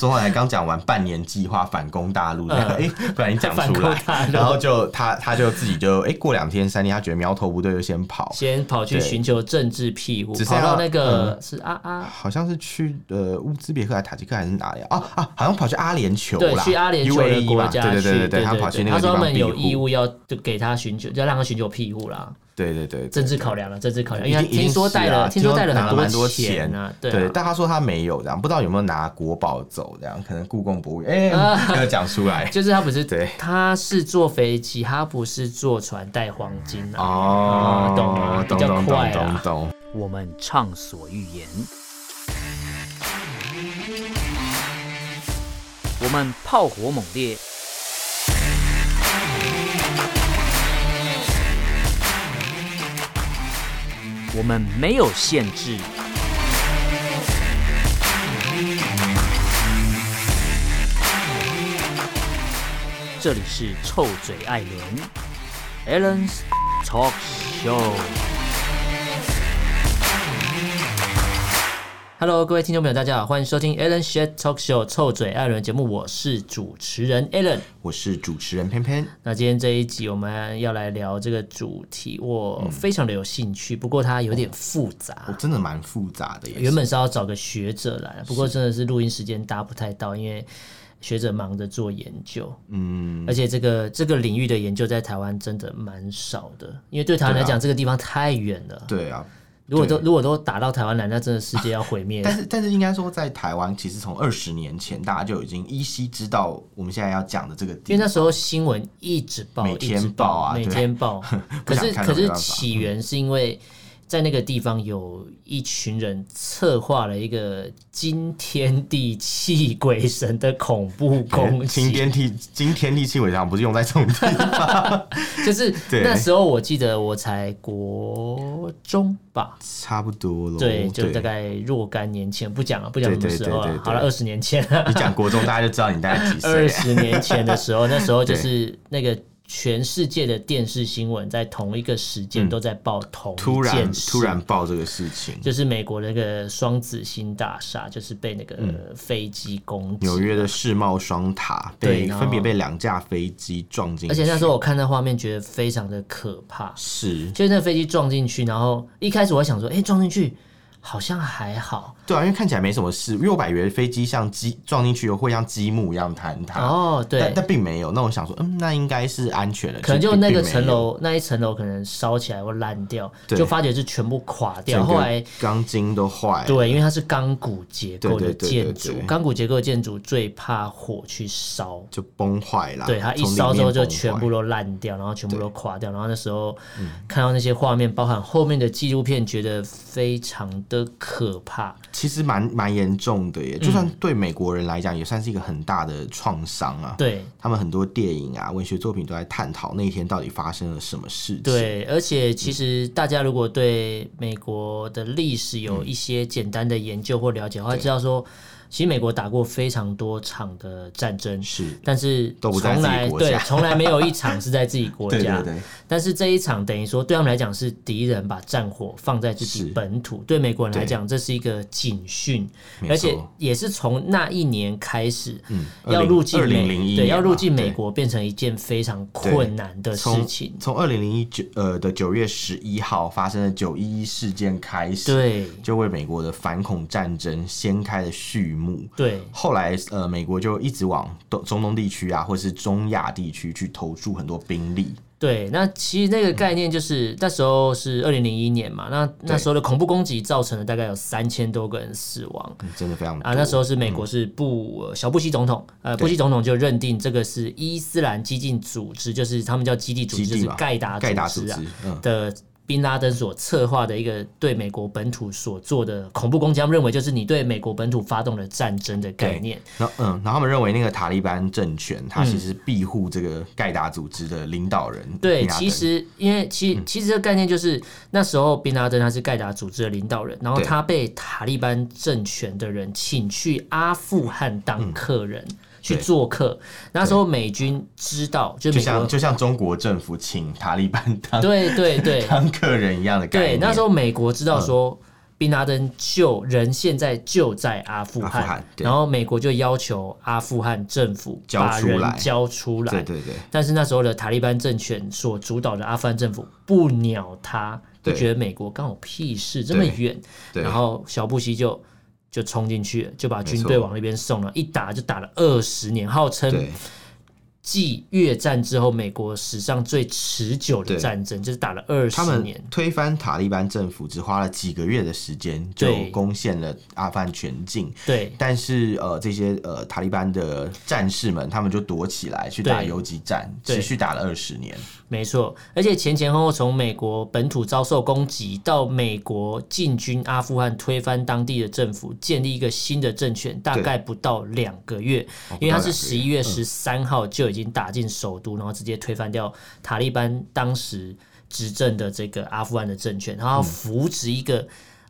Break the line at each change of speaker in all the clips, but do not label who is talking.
周后来刚讲完半年计划反攻大陆，
嗯
哎、不然你讲
反
出
攻
来
大，陆
然后就他他就自己就哎、过两天三天，他觉得苗头不对，就先跑，
先跑去
对
寻求政治庇护，
只是
跑到
要嗯
那个是啊啊，
好像是去呃乌兹别克还是塔吉克还是哪里啊？啊啊，好像跑去阿联酋
对，
啦，
去阿联酋
UAE
的国
嘛
家去，
对对对
对
他跑去那
他
个地
说他
方
们
庇
有义
护，
务要就给他寻求，要让他寻求庇护啦，
对对对，对
政治考量了，政治考量，因
一
为
定一
他
定
哎听说
是啊
带了，听说带
拿了
很
蛮多
钱啊，对
对，
啊，
但他说他没有这样，不知道有没有拿国宝走这样，可能故宫博物院哎，要讲出来
啊 就是他不是
对，
他是坐飞机，他不是坐船带黄金啊。
哦
啊，懂了
懂
比较
懂
快啊
懂
啦
懂懂。
我们畅所欲言，
我们炮火猛烈，我们没有限制。这里是臭嘴艾伦 a l l e n s Talk Show。
Hello，各位听众朋友，大家好，欢迎收听 Alan s h a t Talk Show 臭嘴艾伦节目，我是主持人 Alan。
我是主持人偏偏，
那今天这一集我们要来聊这个主题，我非常的有兴趣，不过它有点复
我
杂。
真的蛮复杂的耶。
原本是要找个学者来，不过真的是录音时间搭不太到，因为学者忙着做研究，
嗯，
而且这个这个领域的研究在台湾真的蛮少的，因为对台湾
对啊
来讲，这个地方太远了。
对啊，
如果都如果都打到台湾来，那真的世界要毁灭 了
但。是但是应该说，在台湾其实从二十年前大家就已经依稀知道我们现在要讲的这个
因为
地
那时候新闻一直报，
每天
一直
报啊
每
对
天报。
不
可
想
是
看
可
都没
是
办法
起源是因为在那个地方有一群人策划了一个惊天地泣鬼神的恐怖 攻
惊
击，
天地惊天地泣鬼神，不是用在这种 地方，
就是
对
那时候我记得我才国中吧，
差不多了。
对，就大。概若干年前，不讲了，不讲什么
哦对对
时候
对
了
对，
好了，
对
二十年前。
你讲国中，大家就知道你大概几岁
二
了。
十年前的时候，那时 候就是那个全世界的电视新闻在同一个时间都在报同
突
一
然
件事，
嗯突然爆这个事情，
就是美国的那个双子星大厦，就是被那个飞机攻击。
嗯纽约的世贸双塔
对
被
然后
分别被两架飞机撞进去，
而且那时候我看那画面，觉得非常的可怕，
是
就是那飞机撞进去，然后一开始我还想说，哎、撞进去好像还好，
对啊，因为看起来没什么事，因为我把以为飞机像机撞进去会像积木一样坍塌。
哦，对
啊但，但并没有。那我想说，嗯，那应该是安全的，
可能就
并
那
并
个
没有
层楼那一层楼可能烧起来或烂掉，
对
就发觉是全部垮掉，
整个
后来。
钢筋都坏，，
对，因为它是钢骨结构的
对对对对
建筑
对，
钢骨结构的建筑最怕火去烧。
就崩坏啦。
对，它一
啊从里
烧之后
面
就
崩坏
全部都烂掉，然后全部都垮掉。然后那时候看到那些画面，包含后面的纪录片，觉得非常的可怕。
其实蛮蛮严重的耶，就算
嗯
对美国人来讲，也算是一个很大的创伤啊。
对
他们很多电影啊、文学作品都在探讨那一天到底发生了什么事情。，
对，而
嗯
且其实大家如果对美国的历史有一些简单的研究或了解的话，知道说，其实美国打过非常多场的战争。
是，
但是
都不在
从
自己
来
国
对
家
从来没有一场是在自己国家，
对对对，
但是这一场等于说对他们来讲是敌人把战火放在自己
是
本土，对美国人来讲这是一个警讯，
没
而且
错
也是从那一年开始，
嗯，
要入境美
2001
对
年
要
嘛
入境美
对
国变成一件非常困难的事
从
情。
从二零零一九呃的九月十一号发生的九一一事件开始，，
对
就为美国的反恐战争掀开了序幕。
对
后来，呃，美国就一直往东中东地区啊，或是中亚地区去投注很多兵力。
对，那其实那个概念就是、
嗯
那时候是二零零一年嘛，那那时候的恐怖攻击造成了大概有三千多个人死亡，
嗯真的非常多
啊，那时候是美
嗯
国是布、呃小布希总统，呃，布希总统就认定这个是伊斯兰激进组织，就是他们叫基地组织，
基
就
地
是
嘛
盖达
盖达组
织啊
织，嗯，
的宾拉登所策划的一个对美国本土所做的恐怖攻击，他们认为就是你对美国本土发动了战争的概念。
然后嗯，然后他们认为那个塔利班政权，他其实是庇护这个盖达组织的领导人。
嗯对，
宾拉登嗯
其实因为其其实这个概念就是那时候宾拉登他是盖达组织的领导人，然后
对
他被塔利班政权的人请去阿富汗当客人。
嗯
去
对
做客，那时候美军知道，就
就
是美国
像就像中国政府请塔利班当
对对对
当客人一样的概
对，
念。
那时
候嗯
候美国知道说。宾宾拉登就人现在就在阿富汗，
阿富汗对
然后美国就要求阿富汗政府
交
把
出
人
来
交出来，
对对对，
但是那时候的塔利班政权所主导的阿富汗政府不鸟他，就
对
觉得美国干我屁事，这么远。
对
然后小布希就就冲进去了，就把军队
没错
往那边送了，一打就打了二嗯十年，号称
对
继越战之后美国史上最持久的
对
战争，就是打了二
他
十
们
年。
推翻塔利班政府只花了几个月的时间，就
对
攻陷了阿富汗全境。
对
但是呃，这些呃塔利班的战士们，他们就躲起来去打
对
游击战，
对
持续打了二十年。
没错，而且前前后后从美国本土遭受攻击到美国进军阿富汗，推翻当地的政府，建立一个新的政权，大概不到两个月，
哦
因为
啊
他是十一月
嗯
十三号就已经打进首都，然后直接推翻掉塔利班当时执政的这个阿富汗的政权，
嗯
然后扶植一个。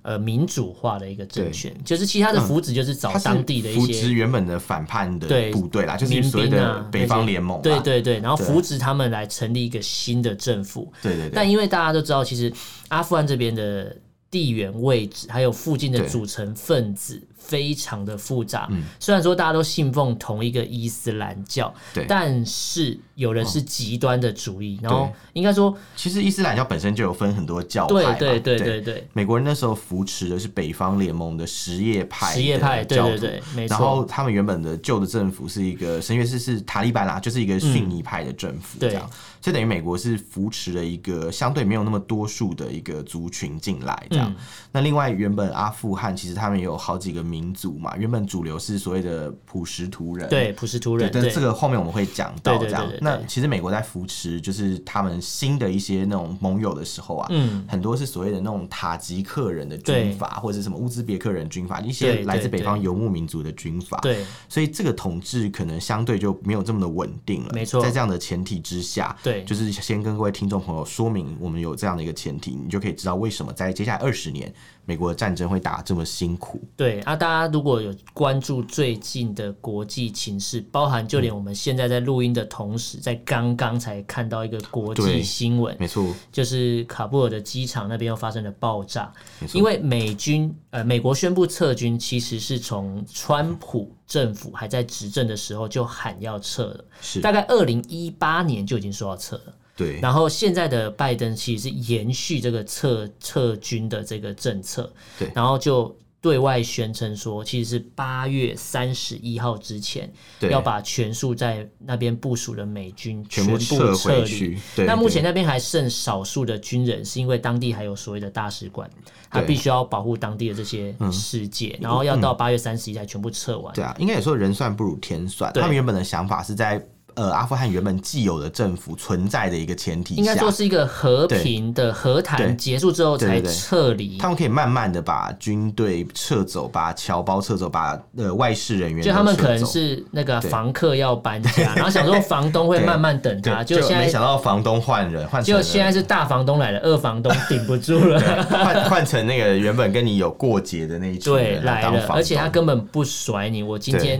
呃，民主化的一个政权，就是其他的扶植，就是找
嗯他
当地的
是
一
扶
些
植原本的反叛的
对
部队啦，就是
民
所谓
兵
的
啊，
北方联盟啦。
对对对，然后
对
扶植他们来成立一个新的政府。
对对对
但因为大家都知道，其实阿富汗这边的地缘位置，还有附近的
对嗯
组成分子非常的复杂。虽然说大家都信奉同一个伊斯兰教，
对哦
但是有人是极端的主义，然后应该说，
其实伊斯兰教本身就有分很多教派
对
嘛，
对对
对
对对，
美国人那时候扶持的是北方联盟的什叶派，
什叶派对
教
对
徒
对没
然
错
后他们原本的旧的政府是一个神学士是塔利班啦，就是一个逊尼派的政府，
嗯对
这样，所以等于美国是扶持了一个相对没有那么多数的一个族群进来，这样。
嗯
那另外原本阿富汗其实他们也有好几个民族嘛，原本主流是所谓的普什图人，
对普什图人，
对，但
对
是这个后面我们会讲
对
到
对
这样
对对。对
那其实美国在扶持就是他们新的一些那种盟友的时候啊，
嗯
很多是所谓的那种塔吉克人的
对
军阀，或者是什么乌兹别克人军阀，一
对
些
对
来自北
对
方游牧民族的军阀。
对
所以这个统治可能相对就没有这么的稳定了。
没错
在这样的前提之下，
对
就是先跟各位听众朋友说明，我们有这样的一个前提，你就可以知道为什么在接下来二十年，美国的战争会打得这么辛苦。
对啊，大家如果有关注最近的国际情势，包含就连
嗯
我们现在在录音的同时，在刚刚才看到一个国际
对
新闻，
没错，
就是卡布尔的机场那边又发生了爆炸，
没错
因为美军呃美国宣布撤军，其实是从川普政府还在执政的时候就喊要撤了，
是
大概二零一八年就已经说要撤了。
对，
然后现在的拜登其实是延续这个撤撤军的这个政策，
对
然后就对外宣称说，其实是八月三十一号之前
对
要把全数在那边部署的美军
全
部
部撤回
撤离
去。对
那目前
对
那边还剩少数的军人，是因为当地还有所谓的大使馆，他
对嗯
必须要保护当地的这些世界，然后要到八月三十一才全部撤完。
对啊，应该也说人算不如天算。
对
他们原本的想法是在呃阿富汗原本既有的政府存在的一个前提
应该
下，
说是一个和平的和
对
谈结束之后
对
才
对对
撤离，
他们可以慢慢的把军队撤走，把侨胞撤走，把呃外事人员
就他
都
们
撤
可能
走
是那个房客要搬家，然后想说房东会慢慢等他，
对
啊就现
没
在
想到房东换人，换成
就
了
现在是大房东来了，二房东顶不住了，
换换成那个原本跟你有过节的那一群
对，
人
来
啊当
了，
房
而且他
东嗯
根本不甩你。我今天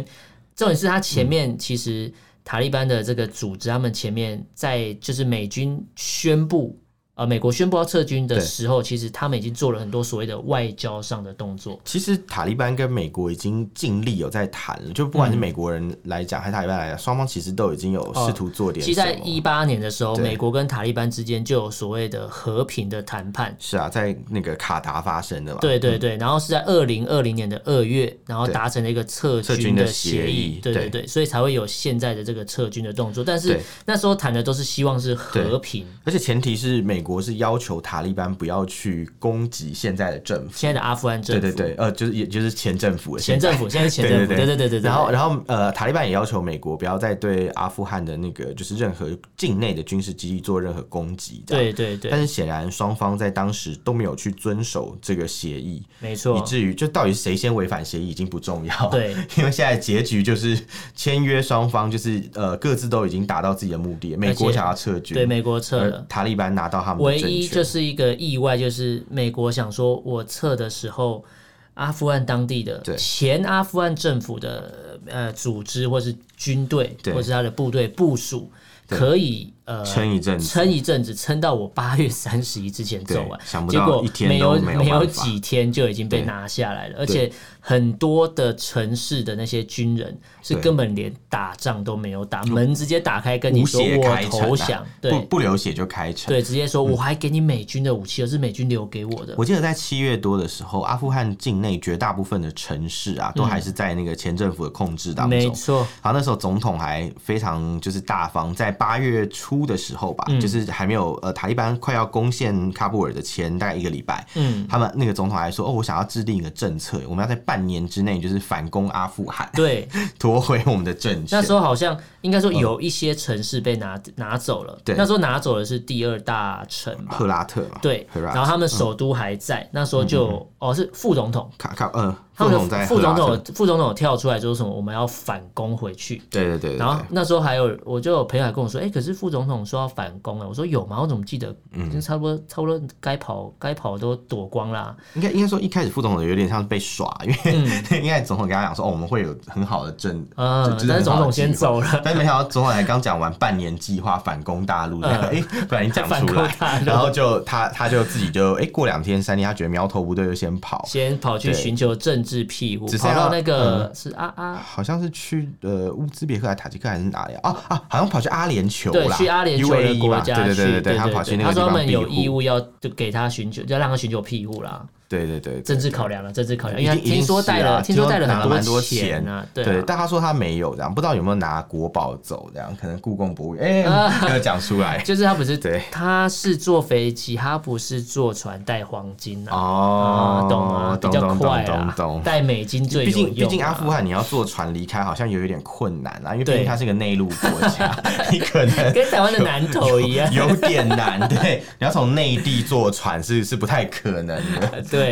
重点是他前面其实塔利班的这个组织，他们前面在就是美军宣布。呃，美国宣布要撤军的
对
时候，其实他们已经做了很多所谓的外交上的动作。
其实塔利班跟美国已经尽力有在谈了，就不
嗯
管是美国人来讲，还是塔利班来讲，双方其实都已经有试图做点
哦其实，
什么。
在一八年的时候，
对
美国跟塔利班之间就有所谓的和平的谈判，
是啊，在那个卡达发生的嘛，
对对对，然后是在二零二零年的二月，然后
对
达成了一个撤
撤
军
军的
协
协议
对对
对
对，所以才会有现在的这个撤军的动作。但是
对
那时候谈的都是希望是和平，
而且前提是美国是要求塔利班不要去攻击现在的政府，
现在的阿富汗政
对
府，
对对，呃，就是也就是前政府的
前政府现在是前
对
政府，
对
对
对
对对对。
然后
对
然后呃，塔利班也要求美国不要再对阿富汗的那个就是任何境内的军事基地做任何攻击，这样。
对对对，
但是显然双方在当时都没有去遵守这个协议，
没
以
错，
至于就到底是谁先违反协议已经不重要。
啊对，
因为现在结局就是签约双方就是呃各自都已经达到自己的目的，美
而
国
且
想要撤军，
对美国撤
而
了。
塔利班拿到他们
唯
的政
一
权
就。是一个意外，就是美国想说，我撤的时候，阿富汗当地的
对
前阿富汗政府的呃组织或是军队
对
或是他的部队部署，
对
可以呃
撑一阵子
撑一阵子，撑到我 八月三十一之前
对
做完，
想不
结
到
果
一天
没有
都没有
没有
办法
几天就已经被
对
拿下来了，而
对
且很多的城市的那些军人是
对
根本连打仗都没有打，门直接打开跟你
无
说
血
我
开城、啊，
投降，
不
对
不流血就开城。
对，直接说我还给你美军的武器，而是美军留给我的
嗯我，记得在七月多的时候，阿富汗境内绝大部分的城市啊，都还是在那个前政府的控制当
嗯没
中。
错，
然后那时候总统还非常就是大方，在八月初的时候吧，
嗯
就是还没有呃塔利班快要攻陷喀布尔的前大概一个礼拜，
嗯，
他们那个总统还说哦，我想要制定一个政策，我们要在半年之内就是反攻阿富汗，
对。
夺回我们的政权。
那时候好像应该说有一些城市被拿、拿走了，
对啊
那时候拿走的是第二大城吧，
赫拉特嘛，
对，
赫拉
然
特
后他们首都还在，
嗯
那时候就、哦是副总统，
卡卡嗯，
他
副
们
总
的
在啊
副
赫拉
总
特
统有副总统有跳出来说什么我们要反攻回去。
对对对对，
然后
对
那时候还有，我就有朋友还跟我说，哎、可是副总统说要反攻啊，我说有吗？我怎么记得，
嗯
已经差不多，差不多该跑该跑都躲光啦。
应该应该说一开始副总统有点像是被耍，因为、 应该总统跟他讲说哦，我们会有很好的政。
嗯
就，
但是总统先。
就是很好的计划
走 了，
但没想到总统才刚讲完半年计划反攻大陆， 哎、突然讲
嗯反
出
攻
来
大，陆
然后就他他就自己就哎、过两天三天，他觉得苗头不对，就先跑，
先跑去
对
寻求政治庇护，
只是
跑到
要嗯
那个、是啊啊
好像是去呃乌兹别克还是塔吉克还是哪里啊？哦啊，好像跑去阿联酋
对，
啦，
去阿联酋
UAE
的国
嘛
家
对
去，
对对对
对
他跑去那
他
个地
说他
方
们
庇
有
护
义务要就给他寻求，要让他寻求庇护啦，
对对对，
政治考量了，政治考量，
一
因为
定
他听说带
一
了，
定是啊
听说带
拿
了
了蛮
很
多
钱啊，对
对
啊，
但他说他没有这样，不知道有没有拿国宝走这样，可能故宫博物院哎、 没有讲出来。
就是他不是
对，
他是坐飞机，他不是坐船带黄金啊，
哦
啊，懂吗？比
懂
较
懂
快
懂
啦
懂，懂。
带美金最
毕
有
竟，
用啊。
毕竟阿富汗你要坐船离开，好像有一点困难啊，因为毕
对
竟它是个内陆国 家，你可能
跟台湾的南投一样，
有点难。对，你要从内地坐船是是不太可能的。
对。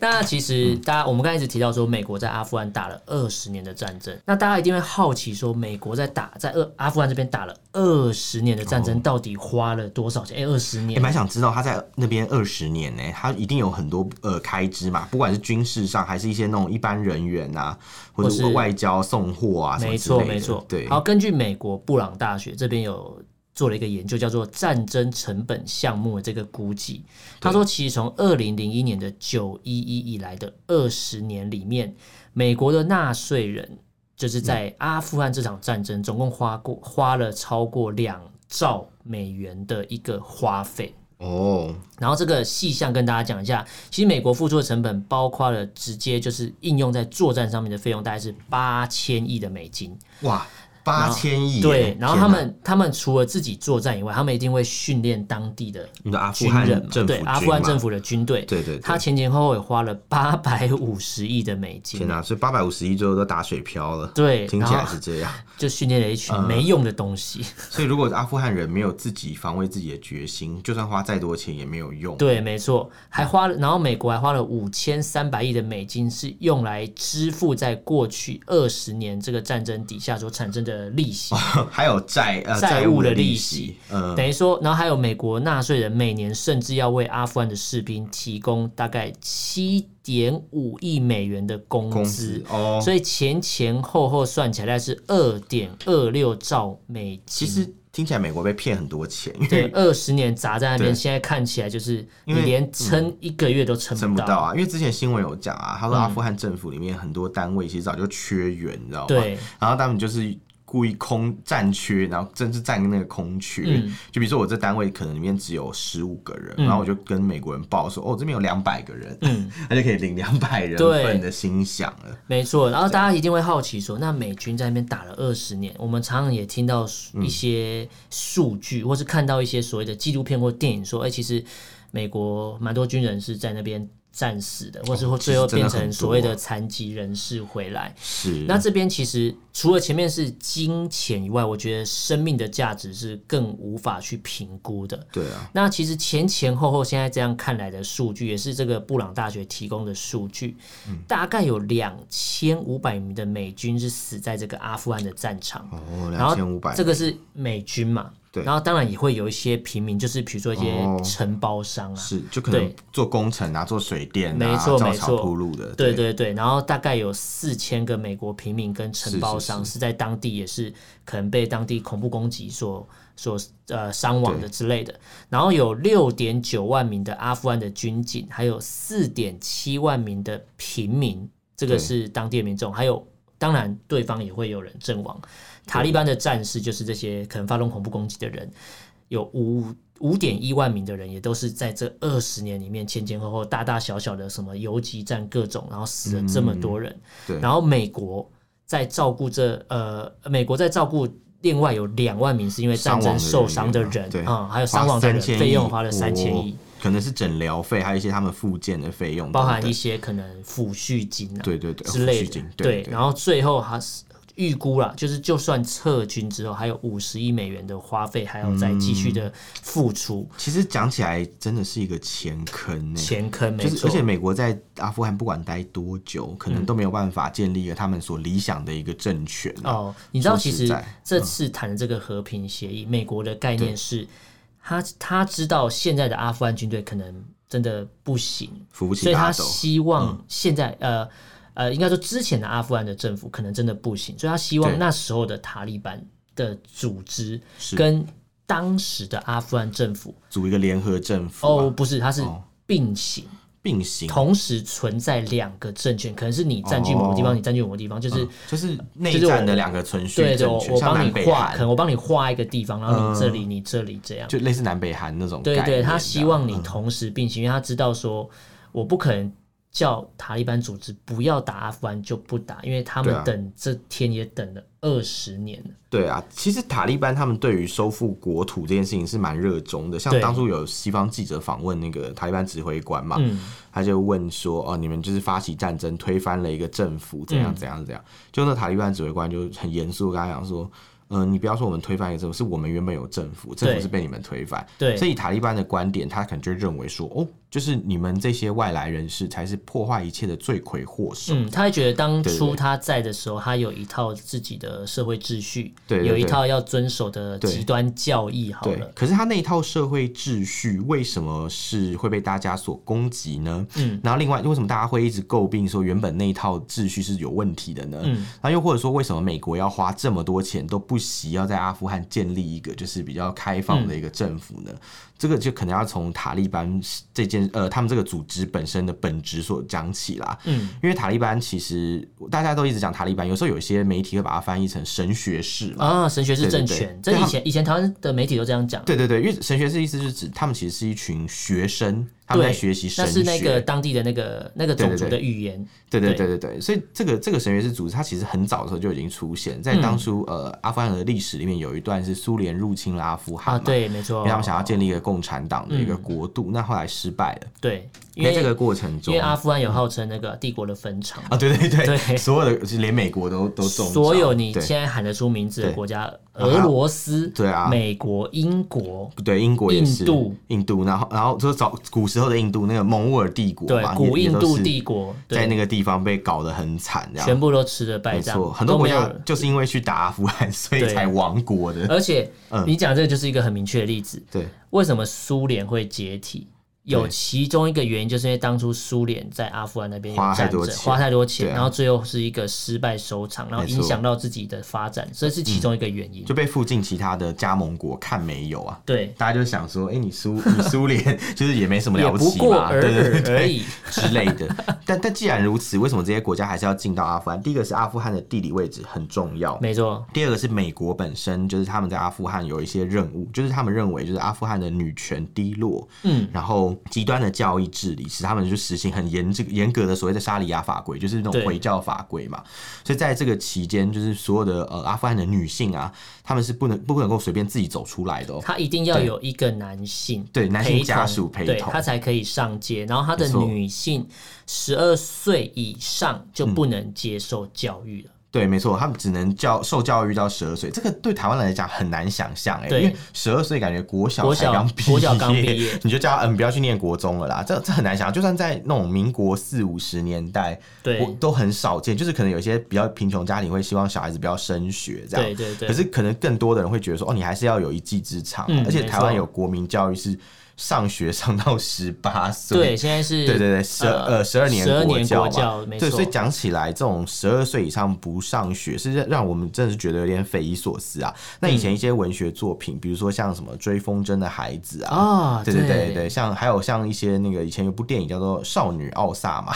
那其实大家，我们刚才一直提到说，美国在阿富汗打了二十年的战争，那大家一定会好奇说，美国在打在二阿富汗这边打了二十年的战争，到底花了多少钱？哎、2二十
也
年。
蛮想知道他在那边二十年呢、他一定有很多呃开支嘛，不管是军事上，还是一些那种一般人员啊，或
或
者
是
外交送货啊，什么
没
之类
错，
的
没错。
对，
好，根据美国布朗大学这边有做了一个研究，叫做“战争成本项目”的这个估计。他说，其实从二零零一年的九一一以来的二十年里面，美国的纳税人就是在阿富汗这场战争，总共花过花了超过两兆美元的一个花费。
哦，
然后这个细项跟大家讲一下，其实美国付出的成本包括了直接就是应用在作战上面的费用，大概是八千亿的美金。
哇，八千亿耶，
对，然后
天
他
哪
们他们除了自己作战以外，他们一定会训练当地的
你的阿富
军
汗
人嘛，
政府
对，阿富
军嘛
汗政府的军队，
对对对
他前前后后也花了八百五十亿的美金
天。哪、所以八百五十亿最后都打水漂了。
对，
听
然
起来
后
是嗯这样。
就训练了一群没用的东西。
所以如果阿富汗人没有自己防卫自己的决心，就算花再多钱也没有用。
对，没错，还花了，然后美国还花了五千三百亿的美金，是用来支付在过去二十年这个战争底下所产生的利息。
还有债呃
债
务
务的利
利
息，
嗯，
等于说，然后还有美国纳税人每年甚至要为阿富汗的士兵提供大概七点五亿美元的工资，
工资哦。
所以前前后后算起来大概是二点二六兆美
其
金。
实听起来美国被骗很多钱， 因
嗯对
为
二十年砸在那边，
对
现在看起来就是你
因为嗯
连撑一个月都撑
挣不
到。
到啊。因为之前新闻有讲啊，他说
嗯
阿富汗政府里面很多单位其实早就缺员，你知道吗？
对，
然后他们就是。故意空占缺，然后甚至占那个空缺。
嗯
就比如说我这单位可能里面只有十五个人，
嗯
然后我就跟美国人报说，哦，这边有两百个人， 他就可以领两百人
对
份的薪饷了。
没
嗯
错，然后大家一定会好奇说，那美军在那边打了二十年，我们常常也听到
嗯
一些数据，或是看到一些所谓的纪录片或电影说，哎、其实美国蛮多军人是在那边战死的，或是或
哦其实
最后
真的
变
很
成
多啊
所谓的残疾人士回来。
是，
那这边其实除了前面是金钱以外，我觉得生命的价值是更无法去评估的。
对啊，
那其实前前后后现在这样看来的数据，也是这个布朗大学提供的数据，
嗯
大概有两千五百名的美军是死在这个阿富汗的战场，
哦，
然
两
后
千五百，
这个是美军嘛，
对
然后当然也会有一些平民，就是比如说一些
哦
承包商啊，
是就可能
对
做工程啊，做水电
没
啊，
错
造
没
草
错
铺路的，
对对对，然后大概有四千个美国平民跟承包商
是是
是在当地也是可能被当地恐怖攻击所所呃伤亡的之类的，然后有六点九万名的阿富汗的军警，还有四点七万名的平民，这个
对
是当地的民众，还有当然对方也会有人阵亡，塔利班的战士就是这些可能发动恐怖攻击的人，有五五点一万名的人，也都是在这二十年里面前前后后大大小小的什么游击战各种，然后死了这么多人。
对
然后美国在照顾这呃，美国在照顾另外有两万名是因为战争受伤的人
对
啊、还有伤亡的人，
花3000
费用花了
亿
三千亿，，
我可能是诊疗费，还有一些他们附件的费用等等，
包含一些可能抚恤金啊
对对对
之
抚
类
恤
的
金。
对
对，
然后最后还是预估啦，就是就算撤军之后，还有五十亿美元的花费，还要再继续的付出
其实讲起来真的是一个钱坑呢、
钱坑，没
就是，
错
而。且美国在阿富汗不管待多久，可能都没有办法建立一个他们所理想的一个政权、啊。
哦，你知道，
说
其
实
实
在嗯
这次谈的这个和平协议，美国的概念是，他他知道现在的阿富汗军队可能真的不行，
扶不
所
起
以
大
他
手，
希
嗯
望现在、呃呃，应该说之前的阿富汗的政府可能真的不行，所以他希望
对
那时候的塔利班的组织
是
跟当时的阿富汗政府，
组一个联合政府、啊，
哦，不是，它是
哦
并行。
并行，
同时存在两个政权，可能是你占据某个地方，
哦
你占据某个地方，就是
就是内
就是
战
我
的两个存续
对对，
政
我
权，
我
像
帮
南
你
北
画，可
韩，
能我帮你画一个地方，然后你这
嗯
里，你这里这样。
就类似南北韩那种概
对
念。
对，
这
他
样嗯
希望你同时并行，因为他知道说，我不可能叫塔利班组织不要打阿富汗就不打，因为他
对
们
啊
等这天也等了二十年了。
对啊，其实塔利班他们对于收复国土这件事情是蛮热衷的。像
对
当初有西方记者访问那个塔利班指挥官嘛，
嗯，
他就问说：“哦，你们就是发起战争，推翻了一个政府，怎样
嗯
怎样怎样？”就那塔利班指挥官就很严肃地跟他讲说：“嗯、你不要说我们推翻一个政府，是我们原本有政府，政
对
府是被你们推翻。”
对
所以塔利班的观点，他可能就认为说：“哦，就是你们这些外来人士才是破坏一切的罪魁祸首。
嗯，他还觉得当
对对
初
对
他在的时候，他有一套自己的社会秩序，
对对
有一
对
套要遵守的
对
极端教义。好
对
了，，
可是他那一套社会秩序为什么是会被大家所攻击呢？
嗯，
然后另外为什么大家会一直诟病说原本那一套秩序是有问题的呢？
嗯，
那又或者说为什么美国要花这么多钱都不惜要在阿富汗建立一个就是比较开放
嗯
的一个政府呢？这个就可能要从塔利班这件呃他们这个组织本身的本质所讲起啦。
嗯，
因为塔利班其实大家都一直讲塔利班，有时候有一些媒体会把它翻译成神学士嘛。
啊，神学是
对对
政
对
权，
对
这
他
以
们
前以前台湾的媒体都这样讲。
对对对，因为神学士意思是指他们其实是一群学生，他们
对，
在学习神
那
学。
是那个当地的那个那个种族
对对
的
对
语言。
对对对对对，所以这个这个神学士组织，它其实很早的时候就已经出现在当初、呃阿富汗的历史里面，有一段是苏联入侵了阿富汗
啊，
嘛，
对，没错，
因为他们想要建立一个共产党的一个国度，那后来失败了。
对，因
在
为
这个过程中，
因为阿富汗有号称那个帝国的坟场，
啊，对对对，
对
所有的连美国都都中招，
所有你
对
现在喊得出名字的
对
国家，
然后
俄罗斯、
对啊
美国、英国。
对英国也是
印度，
印度，然后然后就早古时候的印度那个蒙兀儿帝国
对
嘛，，
古
也
印度。
也
帝
都是
国，
在那
对，
个地方被搞得很惨，这样
全部都吃了败
没
仗
错，，很
都
多国
没有
家嗯
了。
就是因为去打阿富汗， 所以
对呃
才亡国的。
而且
嗯
你讲这个就是一个很明确的例子，
对，
为什么苏联会解体？有其中一个原因，就是因为当初苏联在阿富汗那边有
花太
战争
多，钱
花太多钱，
对啊
然后最后是一个失败收场，然后
没
影
错嗯
响到自己的发展，这是其中一个原因。
就被附近其他的加盟国看没有啊。
对，
大家就想说，哎、你苏你苏联 就是也没什么
也
了
不
不起
过
嘛，
尔
对对
尔而
对
已。
之类的。但但既然如此，为什么这些国家还是要进到阿富汗？第一个是阿富汗的地理位置很重要，
没错，
第二个是美国本身，就是他们在阿富汗有一些任务，就是他们认为就是阿富汗的女权低落，
嗯，
然后极端的教义治理，使他们就实行很严这个严格的所谓的沙里亚法规，就是那
对
种回教法规嘛。所以在这个期间，就是所有的呃阿富汗的女性啊，她们是不能不能够随便自己走出来的哦。
他一定要有一个男性
对
陪同，
男性家属陪
对
同
他才可以上街。然后他的
没错
女性十二岁以上就不能接受教育了。
对，没错，他们只能教受教育到十二岁，这个对台湾人来讲很难想象哎、
对
因为十二岁感觉国小
国
才
小
刚
国小刚毕业
你就叫他嗯不要去念国中了啦，这这很难想象，就算在那种民国四五十年代，
对
我都很少见，就是可能有一些比较贫穷家庭会希望小孩子不要升学这样，
对对对
可是可能更多的人会觉得说，哦，你还是要有一技之长，啊
嗯
而且台湾
没错
有国民教育是上学上到十八岁，
对，现在是
对对对，十呃十二年
十二
国
年
教
国
嘛
教，没
对，
错，
所以讲起来，这种十二岁以上不上学，是让让我们真的是觉得有点匪夷所思啊。那
嗯
以前一些文学作品，比如说像什么《追风筝的孩子》啊。
啊，
对对对对，像还有像一些那个以前有部电影叫做《少女奥萨玛》，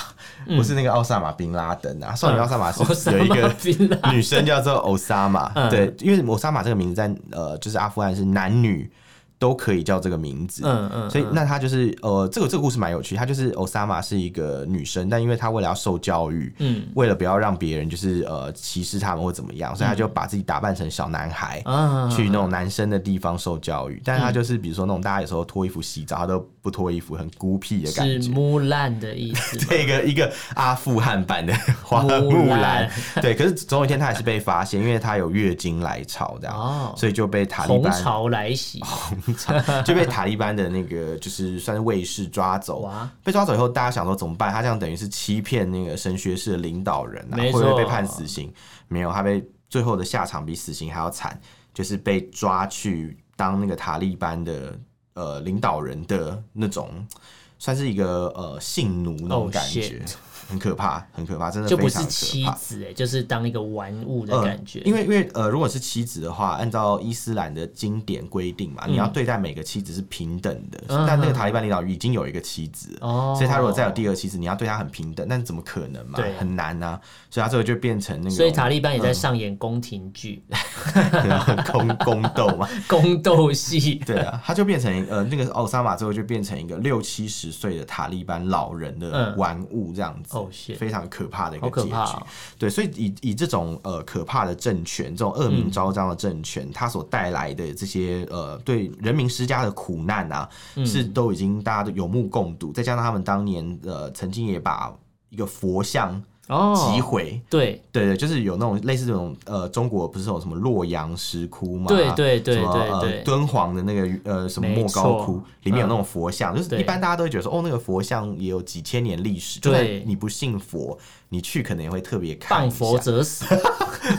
不是那个奥萨玛宾拉登啊，少女奥萨玛
嗯奥
是
萨
有一个
马宾 拉
女生叫做欧萨玛，
嗯
对，因为欧萨玛这个名字在呃就是阿富汗是男女都可以叫这个名字，
嗯嗯，
所以
嗯
那她就是呃，这个这个故事蛮有趣，她就是欧萨玛是一个女生，但因为她为了要受教育，
嗯
为了不要让别人就是呃歧视他们或怎么样，所以她就把自己打扮成小男孩。
啊，
去那种男生的地方受教
嗯
育，但是她就是比如说那种大家有时候脱衣服洗澡，她都不脱衣服，很孤僻的感
是
觉。
木烂的意思吗，
对一个一个阿富汗版的花 木
木
兰
兰，
对，可是总有一天她还是被发现，因为她有月经来潮这样，
哦
啊所以就被塔利
红
班
潮来袭，
就被塔利班的那个就是算是卫士抓走啊
哇。
被抓走以后，大家想说怎么办？他这样等于是欺骗那个神学士的领导人啊，会
没
不会被
错
判死刑？没有，他被最后的下场比死刑还要惨，就是被抓去当那个塔利班的呃领导人的那种，算是一个呃性奴那种
Oh,
感觉
shit
很可怕，很可怕，真的
就不
非
是
常可
妻
怕。
子哎，就是当一个玩物的
呃
感觉，
因为因为呃，如果是妻子的话，按照伊斯兰的经典规定嘛，你要对待每个妻子是平等的。
嗯
但那个塔利班领导已经有一个妻子了，
哦，
所以他如果再有第二妻子，你要对他很平等，但怎么可能嘛
对？
很难啊！所以他最后就变成那个，
所 以塔利班也在上演宫廷剧、
宫宫斗嘛。
宫斗戏，
对啊，他就变成呃，那个奥萨马之后就变成一个六七十岁的塔利班老人的
嗯
玩物这样子，
Oh shit
非常可怕的一个
好可
结局。
怕哦
对，所以以以这种呃可怕的政权，这种恶名昭彰的政权，它所带来的这些呃对人民施加的苦难啊，
嗯
是都已经大家都有目共睹。再加上他们当年呃曾经也把一个佛像击
哦，
毁。
对
对对，就是有那种类似这种呃，中国不是有什么洛阳石窟嘛？
对对对
什么
对
呃
对
敦煌的那个呃什么
没
莫高窟
错嗯
里面有那种佛像，就是
对
一般大家都会觉得说哦，那个佛像也有几千年历史，就算
对
你不信佛，你去可能也会特别看
谤
一
佛
下，
者死，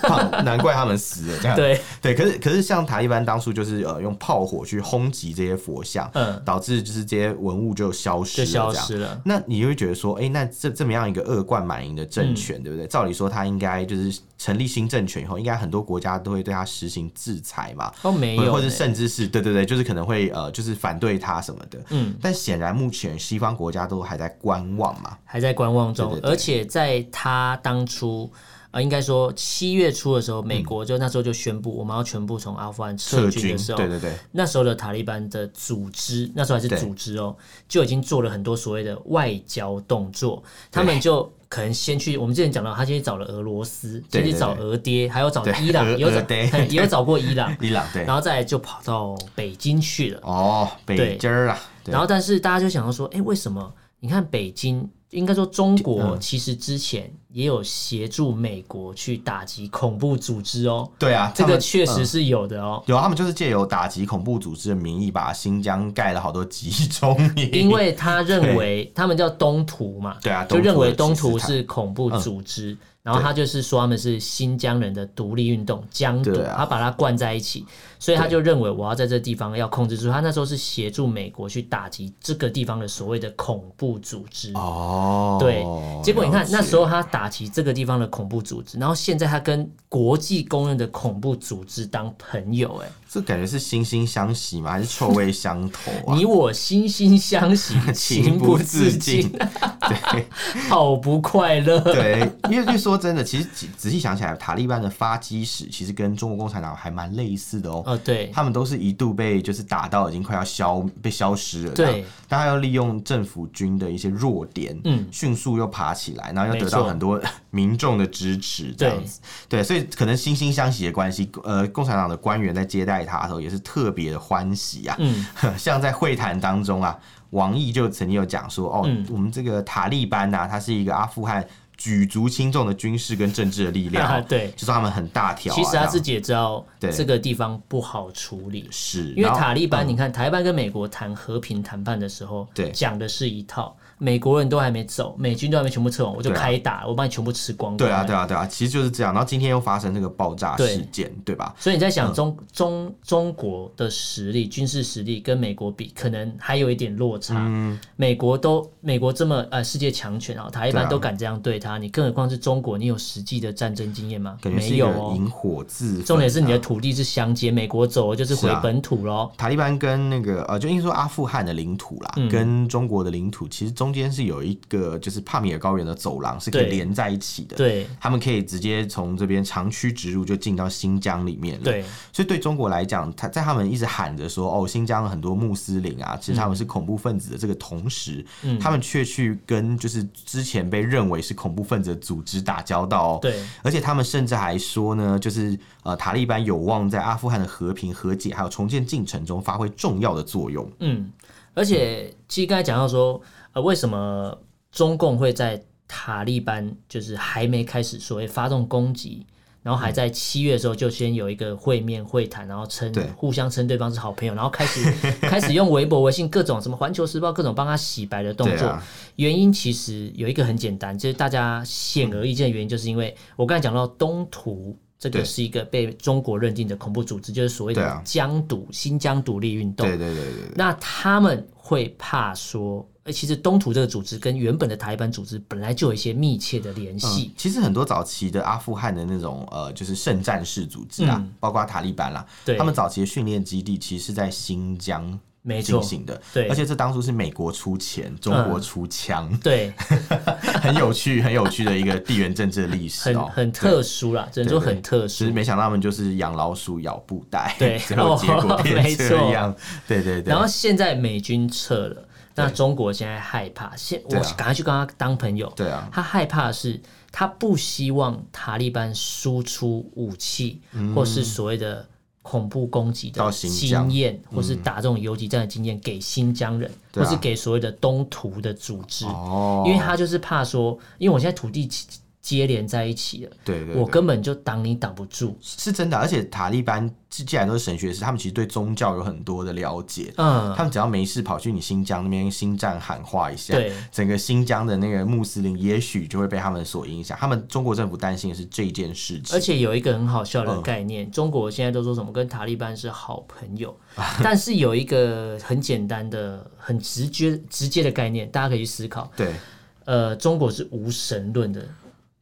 谤难怪他们死了这样。
对，
对，可是可是像塔利班当初就是呃用炮火去轰击这些佛像，
嗯
导致就是这些文物就消失
就
了，这样。
消失了。
那你就会觉得说，哎、那这这么样一个恶贯满盈的政
嗯
权，对不对？照理说，他应该就是成立新政权以后，应该很多国家都会对他实行制裁嘛，
哦，没有
或者
呢，
甚至是对对对，就是可能会呃，就是反对他什么的。
嗯，
但显然目前西方国家都还在观望嘛，
还在观望中
对对，对
而且在他当初。呃，应该说七月初的时候，美国就那时候就宣布我们要全部从阿富汗撤
嗯撤
军
军，
的时候
对， 对对，
那时候的塔利班的组织，那时候还是
对
组织哦，就已经做了很多所谓的外交动作。他们就可能先去，我们之前讲到，他先去找了俄罗斯，
对
先去找
对对
俄爹，还有找
对
伊朗，
俄
也有
俄
找
爹
嘿 也有找过伊朗，
伊朗 对
然，后再来就跑到北京去了。
哦，北
对
京儿啊，对
然后，但是大家就想到说，哎，为什么？你看北京，应该说中国
嗯
其实之前也有协助美国去打击恐怖组织哦，
对啊，
这
他
个
们
确
嗯
实是有的哦。
有啊，他们就是借由打击恐怖组织的名义，把新疆盖了好多集中营，
因 为他认为他们叫东突嘛，
对啊
就认为东
东突
突
的吉斯
是恐怖组
嗯
织，然后他就是说他们是新疆人的独立运动疆独，
对啊
他把它灌在一起，所以他就认为我要在这地方要控制住。他那时候是协助美国去打击这个地方的所谓的恐怖组织。
哦，
对，结果你看
了解
那时候他打击这个地方的恐怖组织，然后现在他跟国际公认的恐怖组织当朋友、哎、
这感觉是惺惺相惜吗？还是臭味相投啊？
你我心心相惜，
情
情
不
不
自
自
禁
禁，好不快 乐。
对，因为因为说真的，其实仔仔细想起来，塔利班的发迹史其实跟中国共产党还蛮类似的哦。
哦，对，
他们都是一度被就是打到已经快要消被消失了，
对，
但他又利用政府军的一些弱点，
嗯
迅速又爬起来，然后又得
没
到
错
很多民众的支持，这样子，对，所以可能惺惺相惜的关系，呃，共产党的官员在接待他的时候也是特别的欢喜啊，
嗯，
像在会谈当中啊，王毅就曾经有讲说，哦，
嗯，
我们这个塔利班呐、啊，它是一个阿富汗举足轻重的军事跟政治的力量
对
就是他们很大条啊、
其实他
这
自
样
己也知道
对
这个地方不好处理，
是，
因为
然后嗯
塔利班，你看台湾跟美国谈和平谈判的时候，
对
讲的是一套，美国人都还没走，美军都还没全部撤完，我就
对啊
开打，我把你全部吃光光。
对啊，对啊，对啊，其实就是这样。然后今天又发生这个爆炸
对
事件，对吧？
所以你在想中、中中国的实力、军事实力跟美国比，可能还有一点落差。
嗯
美国都美国这么呃世界强权啊，塔利
对
班
啊
都敢这样对他，你更何况是中国？你有实际的战争经验吗？
感觉是
没
一
有
个
哦。
引火自、焚
重点是你
啊
的土地是相接，美国走了就是
是
回
啊
本土喽。
塔利班跟那个呃，就应该说阿富汗的领土啦，
嗯
跟中国的领土其实中间是有一个就是帕米尔高原的走廊是可以
对
连在一起的。
对
他们可以直接从这边长驱直入，就进到新疆里面了。，
对，
所以对中国来讲，他在他们一直喊着说哦，新疆有很多穆斯林啊，其实他们是
嗯
恐怖分子的这个同时，他们却去跟就是之前被认为是恐怖分子的组织打交道、哦。
对，
而且他们甚至还说呢，就是呃，塔利班有望在阿富汗的和平、和解还有重建进程中发挥重要的作用。
嗯，而且其实刚才讲到说，呃，为什么中共会在塔利班就是还没开始所谓发动攻击，然
嗯
后还在七月的时候就先有一个会面会谈，然后称
对
互相称对方是好朋友，然后开始开始用微博、微信各种什么《环球时报》各种帮他洗白的动
对
作。
啊，
原因其实有一个很简单，就是大家显而易见的原因，就是因为我刚才讲到东突。这个
对
是一个被中国认定的恐怖组织，就是所谓
对
的
啊
疆独、新疆独立运动
对。对对对对，
那他们会怕说，呃，其实东土这个组织跟原本的塔利班组织本来就有一些密切的联系
嗯。其实很多早期的阿富汗的那种呃，就是圣战士组织啊，
嗯
包括塔利班啦、
对，
他们早期的训练基地其实是在新疆
没错
进，行的，
对嗯
而且这当初是美国出钱，中国出枪，
对，
很有趣，很有趣的一个地缘政治的历史
很
哦，
很特殊啦，只能说很特
只
殊
是。没想到他们就是养老鼠咬布袋，
对 哦
最后结 果变这样，对对对，
然后现在美军撤了，那
对
中国现在害怕，现我
对啊
赶快去跟他当朋友。
对啊，
他害怕的是，他不希望塔利班输出武器，或是所谓的恐怖攻击的
嗯到新疆嗯
经验，或是打这种游击战的经验给新疆人，
对啊
或是给所谓的东突的组织，
哦，
因为他就是怕说，因为我现在土地接连在一起了，
对对对
我根本就挡你挡不住。
是真的，而且塔利班既既然都是神学士，他们其实对宗教有很多的了解。
嗯，
他们只要没事跑去你新疆那边新站喊话一下，
对
整个新疆的那个穆斯林也许就会被他们所影响。他们中国政府担心的是这件事情，
而且有一个很好笑的
嗯
概念，中国现在都说什么跟塔利班是好朋友， 但是有一个很简单的、很直接、直接的概念，大家可以去思考。
对
呃，中国是无神论的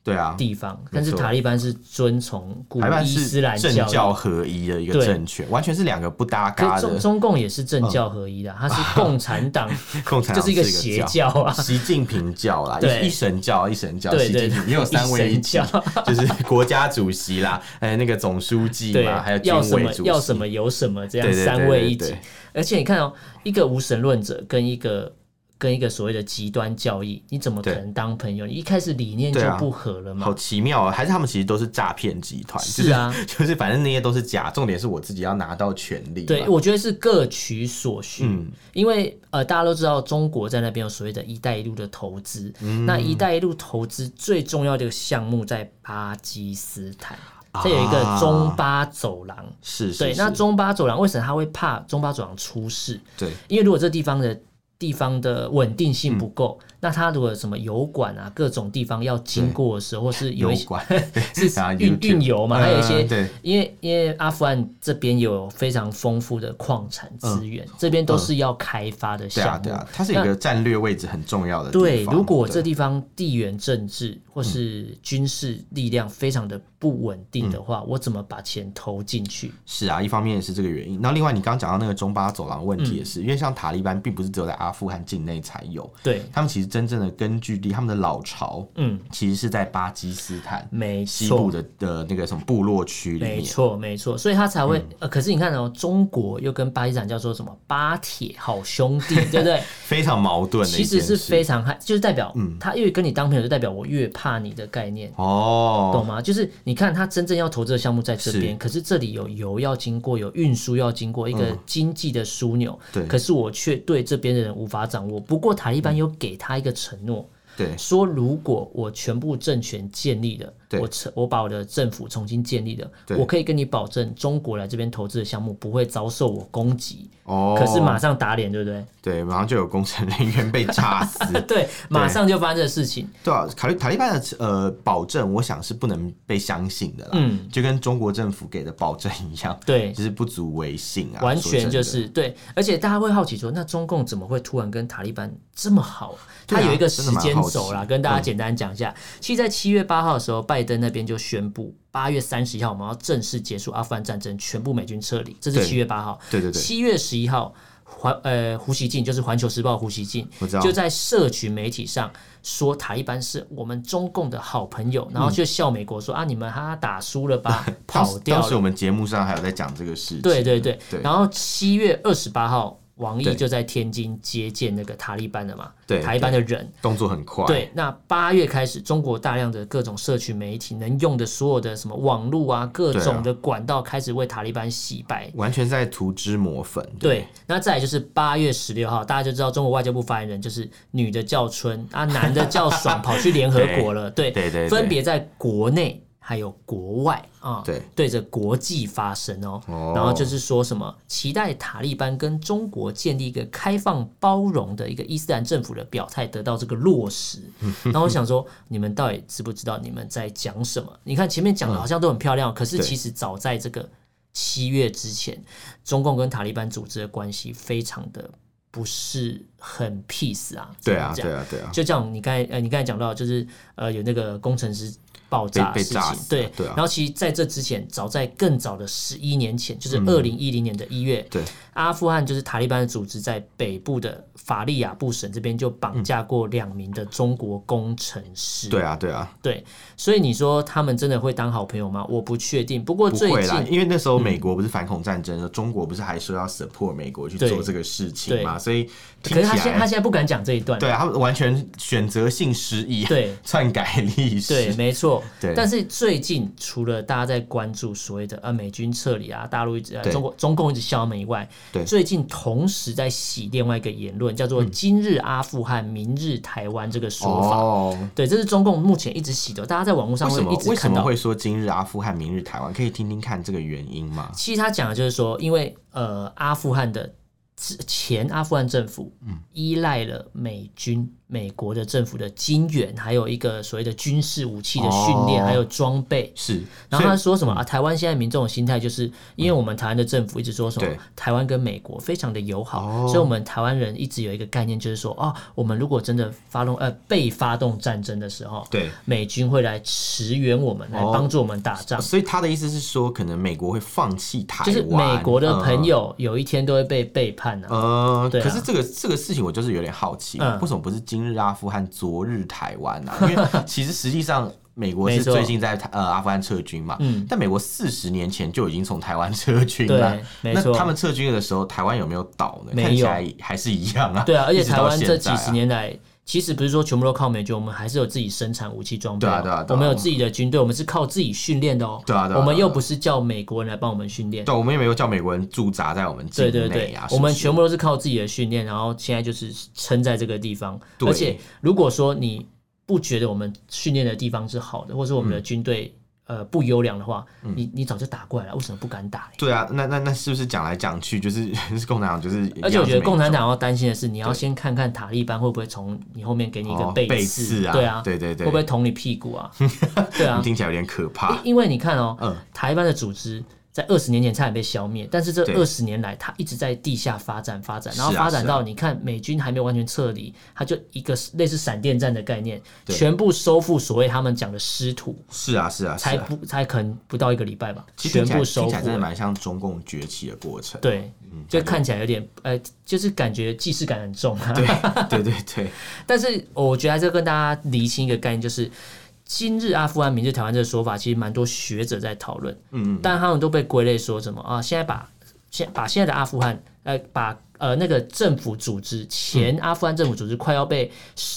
对啊，
地方，
没
但是
错
塔利班是遵从古
台湾
伊斯
是
兰
政教
教义。
合一的一个
对
政权，完全是两个不搭
可
嘎
是中
的嗯
中共也是政教合一的，它是共产 党，
共产
就
党，
是一个邪教啊。
习近平教啦，
对
一一神教，一神教，
对
习近
对
平
对
也有三位一体
一神，
就是国家主席啦，呃，那个总书记
对
嘛，还有，军
要什
委
么
主
要
席
什，么有什么，这样
对对对
三位一
对
体
对。
而且你看哦，一个无神论者跟一个跟一个所谓的极端教义，你怎么可
对
能当朋友？你一开始理念就
对啊
不合了嘛
好。奇妙啊！还是他们其实都是诈骗集团，
是啊
就是，就是反正那些都是假，重点是我自己要拿到权利嘛。
对，我觉得是各取所需，
嗯
因为呃，大家都知道中国在那边有所谓的“一带一路”的投资，
嗯
那“一带一路”投资最重要的一个项目在巴基斯坦，这有一个
啊
中巴走廊。
是是
对，
是
那中巴走廊为什么他会怕中巴走廊出事？
对
因为如果这地方的地方的稳定性不够，
嗯
那它如果有什么油管啊，各种地方要经过的时候，或是有
有
一些
关
是
啊
运
YouTube
运油嘛，还有一些、
嗯对
因为因为阿富汗这边有非常丰富的矿产资源，这边都是要开发的
对
项
啊
目。
嗯对啊，它是一个战略位置很重要的地方。
对，如果
对嗯
这地方地缘政治或是军事力量非常的不稳定的话，我怎么把钱投进去？
是啊，一方面也是这个原因，然后另外你刚刚讲到那个中巴走廊问
嗯
题也是，因为像塔利班并不是只有在阿富汗境内才有，
对，
他们其实真正的根据地，他们的老巢
嗯，
其实是在巴基斯坦
没
西
错
部。的的那个什么部落区里
没
面。嗯
错，没错，所以他才会、呃，可是你看哦，中国又跟巴基斯坦叫做什么巴铁好兄弟，对不对？
非常矛盾的
其
一件
实
事，嗯
是非常害，就是代表、他越跟你当朋友，就代表我越怕你的概念。懂
哦，
吗？就是你看，他真正要投资的项目在这边，
是
可是这里有油要经过，有运输要经过，一个经济的枢纽。
嗯对嗯
可是我却对这边的人无法掌握。不过塔利班有给他一个承诺，
对
说如果我全部政权建立了，
对
我成我把我的政府重新建立了，
对
我可以跟你保证，中国来这边投资的项目不会遭受我攻击。
哦，
可是马上打脸，对不 对？
对，马上就有工程人员被炸死，
对，马上就发生这个事情。
对啊，考虑塔利班的呃保证，我想是不能被相信的啦，
嗯，
就跟中国政府给的保证一样，
对，
就是不足为信啊，
完
说
全
真
就
的
是对，而且大家会好奇说，那中共怎么会突然跟塔利班这么好？
对啊
它有一个
真
时
的嗯蛮
间
好
轴啦，
奇
跟大家简单讲一下。其实，在七月八号的时候，拜登那边就宣布，八月三十一号我们要正式结束阿富汗战争，全部美军撤离，这是
对
七月八号。
对对对
七月十一号。环呃，胡锡进就是《环球时报》胡锡进
我知道，
就在社群媒体上说塔利班是我们中共的好朋友，然后就笑美国说、啊，你们哈打输了吧，
嗯 当
跑
时
掉
当
了
时。我们节目上还有在讲这个事情，
对对对，
对
然后七月二十八号，王毅
对
就在天津接见那个塔利班的嘛，
对
塔利班的人。
动作很快，
对，那八月开始，中国大量的各种社群媒体能用的所有的什么网络啊，各
对啊
种的管道开始为塔利班洗白。
完全在涂脂抹粉，
对，那再来就是八月十六号，大家就知道中国外交部发言人就是女的叫春 啊，男的叫爽，跑去联合国了。对
对对对
分别在国内还有国外啊，
对
对着国际发声哦。
哦
然后就是说什么期待塔利班跟中国建立一个开放包容的一个伊斯兰政府的表态得到这个 落实。然后我想说，你们到底知不知道你们在讲什么？你看前面讲的好像都很漂亮，可是
对
其实早在这个七月之前，中共跟塔利班组织的关系非常的不是很 peace 啊。
对啊
这样
对啊对啊，
就像你刚才呃，你刚才讲到，就是呃，有那个工程师爆
被
炸的
被
事
炸
情
死，
对
对啊
然后其实在这之前，早在更早的十一年前，就是
嗯
二零一零年的一月，
对，
阿富汗就是塔利班的组织在北部的法利亚布省这边就绑架过两名的中国工程师，
对啊对啊，
对，所以你说他们真的会当好朋友吗？我不确定。不过
不
最
会啦，
近嗯
因为那时候美国不是反恐战争，中国不是还说要 support 美国去
对
做这个事情
对
嘛，所以听
可是他
起
现他
来
现在不敢讲这一段，
对啊，他们完全选择性失忆，啊
对，
篡改历史，
对，没错。
对
但是最近除了大家在关注所谓的呃美军撤离啊，大陆一直、呃、
对
中国中共一直笑他们以外，
对嗯
最近同时在洗另外一个言论，叫做“今日阿富汗，明日台湾”这个说法。
哦。
对，这是中共目前一直洗的，大家在网络上
为
会
什么
一直
为什
看
么
到。
会说今日阿富汗，明日台湾？可以听听看这个原因吗？
其实他讲的就是说，因为呃，阿富汗的之前阿富汗政府
嗯
依赖了美军、美国的政府的金援，还有一个所谓的军事武器的训练，
哦
还有装备。
是，
然后他
所以嗯
说什么啊？台湾现在民众的心态就是，因为我们台湾的政府一直说什么
对
台湾跟美国非常的友好，
哦
所以我们台湾人一直有一个概念，就是说哦，我们如果真的发动呃被发动战争的时候，
对
美军会来驰援我们，来
哦
帮助我们打仗。
所以他的意思是说，可能美国会放弃台湾，嗯
就是美国的朋
友。
友有一天都会被背叛啊！
呃，
对啊
可是这个这个事情我就是有点好奇，
嗯
为什么不是今日阿富汗，昨日台湾呢、啊？ 因为其实实际上。美国
没
是
错
最近在台呃阿富汗撤军嘛，
嗯
但美国四十年前就已经从台湾撤军了
对，没
那
错
他们撤军的时候，台湾有没有倒呢？
没有
看起来还是一样啊。
对啊，而且
一直
台
到
湾这
现在
几
啊
十，年来，其实不是说全部都靠美军，我们还是有自己生产武器装备哦、
对啊对啊对啊
我们有自己的军队，我们是靠自己训练的哦、
对啊对啊对啊
我们又不是叫美国人来帮我们训练。
对，我们也没有叫美国人驻扎在我们境
对对
内
对
啊，，
我们
是不是
全部都是靠自己的训练，然后现在就是撑在这个地方。
对
而且如果说你不觉得我们训练的地方是好的，或者说我们
嗯
的军队、呃不优良的话，你你早就打过来了，为什么不敢打嘞？
对啊，那那那是不是讲来讲去就是是共产党就是一样是美国？
而且我觉得共产党要担心的是，你要先看看塔利班会不会从你后面给你一个
哦
背
背
刺，
刺啊
对啊，
对对对
会不会捅你屁 股啊？对啊，
听起来有点可怕
因因为你看哦
嗯，
塔利班的组织。在二十年前差点被消灭，但是这
对
二十年来，它一直在地下发展发展，
是啊
然后发展
是啊
到你看美军还没有完全撤离，它就一个类似闪电战的概念，
对
全部收复所谓他们讲的失土，
是啊是啊，是
才
啊。
不才可能不到一个礼拜吧，
其实听
全
起来
部
听
收
起来
复
真的
了。
蛮嗯像中共崛起的过程。
对，就看起来有点呃，就是感觉既视感很重啊。
对对对
但是呃我觉得还是要跟大家厘清一个概念，就是今日阿富汗、明日台湾这个说法，其实蛮多学者在讨论，
嗯，
但他们都被归类说什么啊？现在把现把现在的阿富汗，呃，把呃那个政府组织前阿富汗政府组织快要被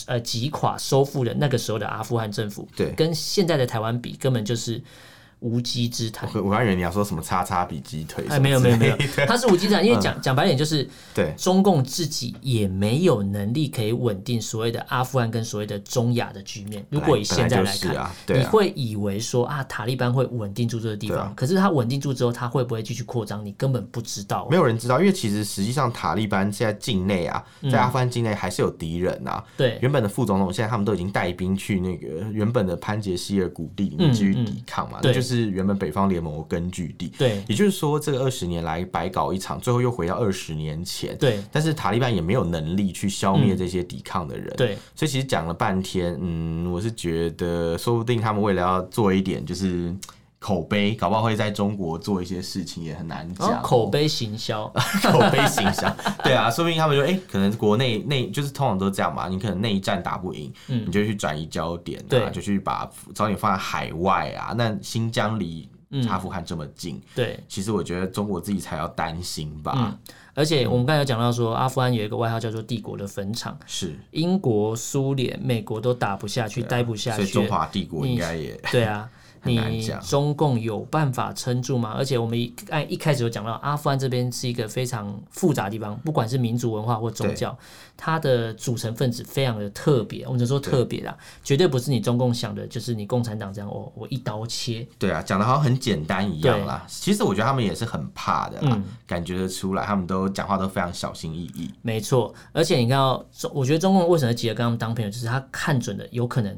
呃击垮收复的那个时候的阿富汗政府，
对
跟现在的台湾比，根本就是。无稽之谈。
我我还以为你要说什么叉叉比鸡腿什么
哎，没有
之
没有 没有
类的，
它是无稽之谈，因为
嗯
讲讲白点就是，
对
中共自己也没有能力可以稳定所谓的阿富汗跟所谓的中亚的局面。如果以现在
本
来
来就是
看，
啊对啊
你会以为说啊，塔利班会稳定住这个地
对
方
啊，
可是它稳定住之后，它会不会继续扩张，你根本不知道哦。
没有人知道，因为其实实际上塔利班现在境内啊，在阿富汗境内还是有敌人啊。
对，
原本的副总统现在他们都已经带兵去那个原本的潘杰希尔谷地里面
嗯
继续
嗯
抵抗嘛，
对
那就是原本北方联盟的根据地。
对
也就是说，这个二十年来白搞一场，最后又回到二十年前。
对
但是塔利班也没有能力去消灭这些抵抗的人。
嗯对，
所以其实讲了半天，嗯，我是觉得说不定他们为了要做一点就是口碑，搞不好会在中国做一些事情，也很难
然
讲、
后哦口碑行销，
口碑形象，对啊，说不定他们就哎、诶可能国内内就是通常都这样嘛，你可能那一战打不赢，你就去转移焦点啊，
嗯对
就去把焦点放在海外啊。那新疆离
嗯
阿富汗这么近，
对。
其实我觉得中国自己才要担心吧。
而且我们刚才有讲到说，阿富汗有一个外号叫做“帝国的坟场
是，”，
英国、苏联、美国都打不下去，待不下
啊所以
去
中。华帝国应该也
对啊，
很难
你
讲
中共有办法撑住吗？而且我们一按一开始有讲到，阿富汗这边是一个非常复杂的地方，不管是民族文化或宗教，它的组成分子非常的特别。我们只说特别啦，绝对不是你中共想的，就是你共产党这样，哦我我一刀切。
对啊，讲的好像很简单一样啦。其实我觉得他们也是很怕的啦，
嗯
感觉得出来，他们都讲话都非常小心翼翼。
没错，而且你看到中，我觉得中共为什么急着跟他们当朋友，就是他看准了有可能。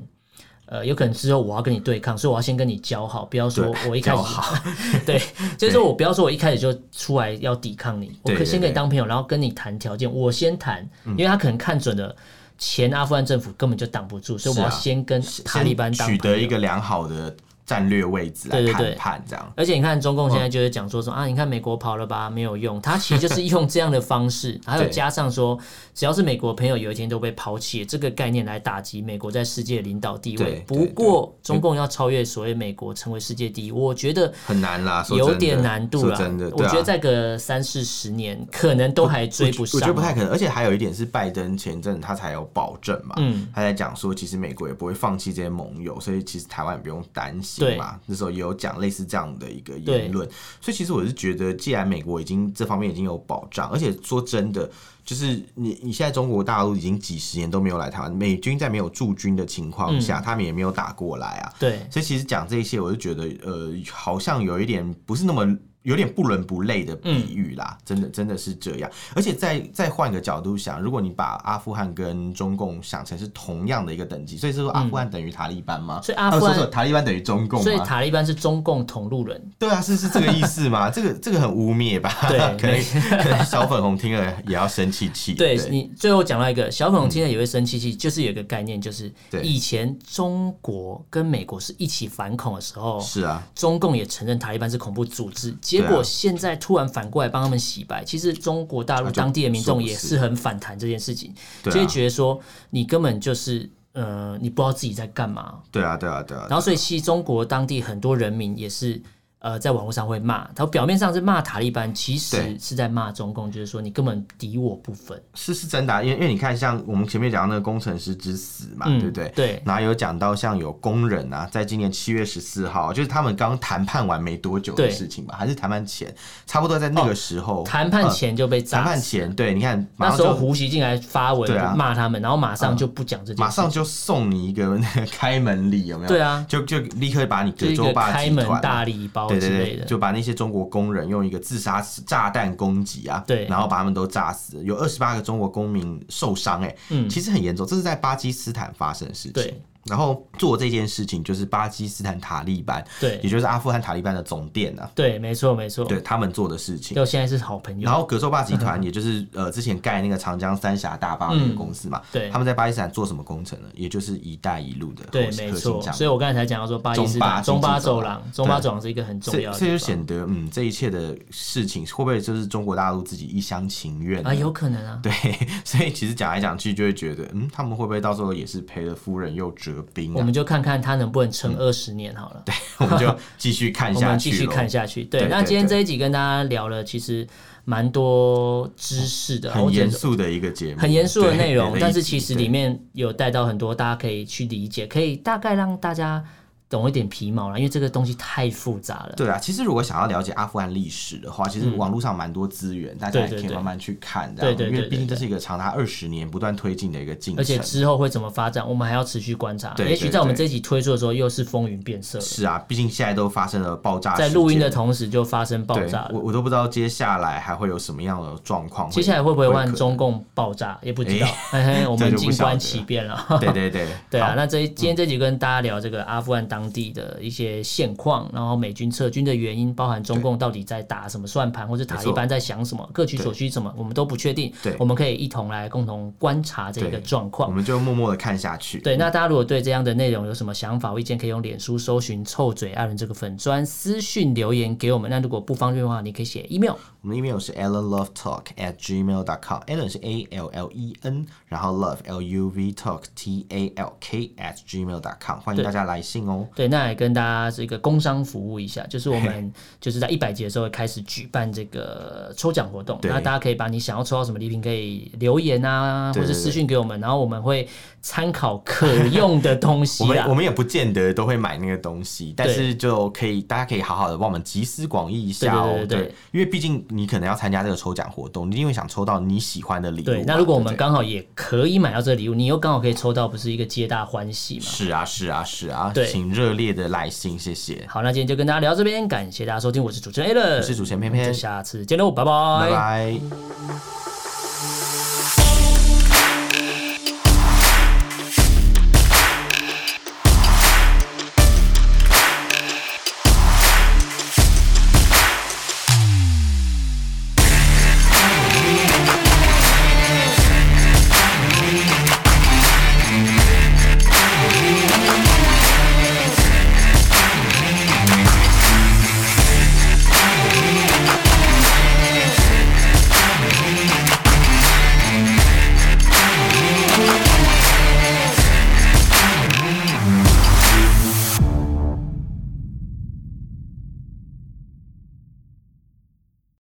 呃，有可能之后我要跟你对抗，所以我要先跟你交好，不要说我一开始
交好
对，就是说我不要说我一开始就出来要抵抗你，我
对嗯
可以先
对
跟你
对
当朋友，然后跟你谈条件，我先谈，因为他可能看准了前阿富汗政府根本就挡不住，所以
是
我
啊
要先跟塔利班
先
当
取
朋
得
友
一个良好的战略位置来
对对
谈
对
判，这样
而且你看，中共现在就是讲说
嗯
说、啊，你看美国跑了吧，没有用。他其实就是用这样的方 式，还有加上说，只要是美国朋友有一天都被抛弃，这个概念来打击美国在世界领导地
对
位
对。
不过，中共要超越所谓美国成为世界第一，我觉得
很难啦，说
有
真的
点难度
说
了。
真的，
我
对啊
觉得再个三四十年，可能都还追不上。
我觉得不太可能，而且还有一点是拜登前阵他才有保证
嗯
嘛，他在讲说其实美国也不会放弃这些盟友，所以其实台湾也不用担心嘛。那时候也有讲类似这样的一个言论，所以其实我是觉得，既然美国已经这方面已经有保障，而且说真的。就是你，你现在中国大陆已经几十年都没有来台湾，美军在没有驻军的情况
嗯
下，他们也没有打过来啊。
对，
所以其实讲这些，我就觉得呃，好像有一点不是那么有点不伦不类的比喻啦，
嗯
真的真的是这样。而且再再换个角度想，如果你把阿富汗跟中共想成是同样的一个等级，所以是说阿富汗等于塔利班吗？
所以阿富汗
呃说错塔利班等于中共
所以
吗？
塔利班是啊中共同路人。
对啊，是是这个意思 吗？这个这个很污蔑吧？
对
可能可能小粉红听了也要生气气。
对你最后讲到一个小粉红听了也会生气气，就是有一个概念，就是
对
以前中国跟美国是一起反恐的时候，
是啊，
中共也承认塔利班是恐怖组织，结
对
果
啊
现在突然反过来帮他们洗白，其实中国大陆
那就
当地的民众
说不
也
是
是很反弹这件事情，
对啊
就会觉得说你根本就是呃你不知道自己在干嘛，
对啊，对啊，对啊。
然后所以其实中国当地很多人民也是。呃，在网络上会骂，他表面上是骂塔利班，其实
对
是在骂中共，就是说你根本敌我不分。
是是真的、啊，因为因为你看，像我们前面讲到那个工程师之死嘛，
嗯
对不对？
对
然后有讲到像有工人啊，在今年七月十四号，就是他们刚谈判完没多久的
对哦
事情吧，还是谈判前，差不多在那个时候，
谈判
嗯
前就被
谈
砸
判
死。
前，对，你看，马
那
上
时候
就
胡锡进来发文
对啊
骂他们，然后马上就不讲这件事。
马上就送你一个那个开门礼，有没有？
对啊
就就立刻把你
就
德
一
州
个
霸
开
集团
门
啊
大礼包
对
之
对
类
对，
的。
就把那些中国工人用一个自杀炸弹攻击啊，
对
然后把他们都炸死，有二十八个中国公民受伤、欸，哎，嗯，其实很严重，这是在巴基斯坦发生的事情
对。
然后做这件事情就是巴基斯坦塔利班，
对
也就是阿富汗塔利班的总店啊，
对，没错没错。
对他们做的事情。
就现在是好朋友
然。后格兽霸集团，也就是呃之前盖那个长江三峡大坝那个公司嘛，
嗯对
他们在巴基斯坦做什么工程呢？也就是“一带一路”的核
对，
心
没
核心
错。
项目
所以我刚才才讲到说，巴基斯
中巴
坦中巴
经济走
走
廊
廊，中巴走廊是一个很重
这
要的
这
地
就
方
显得，嗯，这一切的事情会不会就是中国大陆自己一厢情愿呢
啊，有可能啊。
对， 所以其实讲来讲去，就会觉得，嗯，他们会不会到时候也是赔了夫人又折兵
我
啊
们？就看看他能不能撑二十年好了。
我们就继续嗯看
我
下
们继
去
续
咯
看下去。对
对，
那
对
今天
对
这一集跟大家聊了，其实蛮多知识的，
很
我觉
严
得
肃的一个节目，
很严肃的
对
内容
对，
但
一
是
集
其实
对
里面有带到很多大家可以去理解，可以大概让大家懂一点皮毛啦，因为这个东西太复杂了。
对啊，其实如果想要了解阿富汗历史的话，其
嗯
实网络上蛮多资源，大家也可以慢慢去看这样，
对对对
因为毕竟这是一个长达二十年不断推进的一个进程。
而且之后会怎么发展，我们还要持续观察。
嗯对对
也许在我们这一集推出的时候，又是风云变色了。
是啊，毕竟现在都发生了爆炸事
在
件，
录音的同时就发生爆炸
对我
了。
我都不知道接下来还会有什么样的状况。
接下来会不会换
可
中共爆炸也不知道，嘿嘿， 我
这
们
就不
静
晓得
观
了
其变了。
对对 对
对啊
好，
那这一今天这集跟大家聊这个阿富汗当地的一些现况，然后美军撤军的原因，包含中共到底在打什么算盘，或者塔利班在想什么，各取所需什么，我们都不确定。
对
我们可以一同来共同观察这个
对
状
我
况。
们就默默的看下去。
对，那大家如果对这样的内容有什么想法、意见，可以用脸书搜寻“臭嘴艾伦”这个粉砖私讯留言给我们。那如果不方便的话，你可以写 email。
我们的 email 是 allenlovetalk at gmail dot com。Allen 是 A L L E N，然后 love L U V talk T A L K at gmail dot com。欢迎大家来信哦。
对，那也跟大家这个工商服务一下，就是我们就是在一百集的时候会开始举办这个抽奖活动，
对
那大家可以把你想要抽到什么礼品可以留言啊，
对
或
对
者私信给我们，然后我们会参考可用的东西啊
我
啦
们我。们也不见得都会买那个东西，但是就可以大家可以好好的帮我们集思广益一下哦。
对对对对对
因为毕竟你可能要参加这个抽奖活动，你因为想抽到你喜欢的礼物嘛。
对，那如果我们
对不对
刚好也可以买到这个礼物，你又刚好可以抽到，不是一个皆大欢喜嘛？
是啊是啊是啊，
对
请热烈的来信，谢谢。
好，那今天就跟大家聊到这边，感谢大家收听，我是主持人 a l
我
n
是主持人偏
就
偏，
下次见喽，拜
拜拜。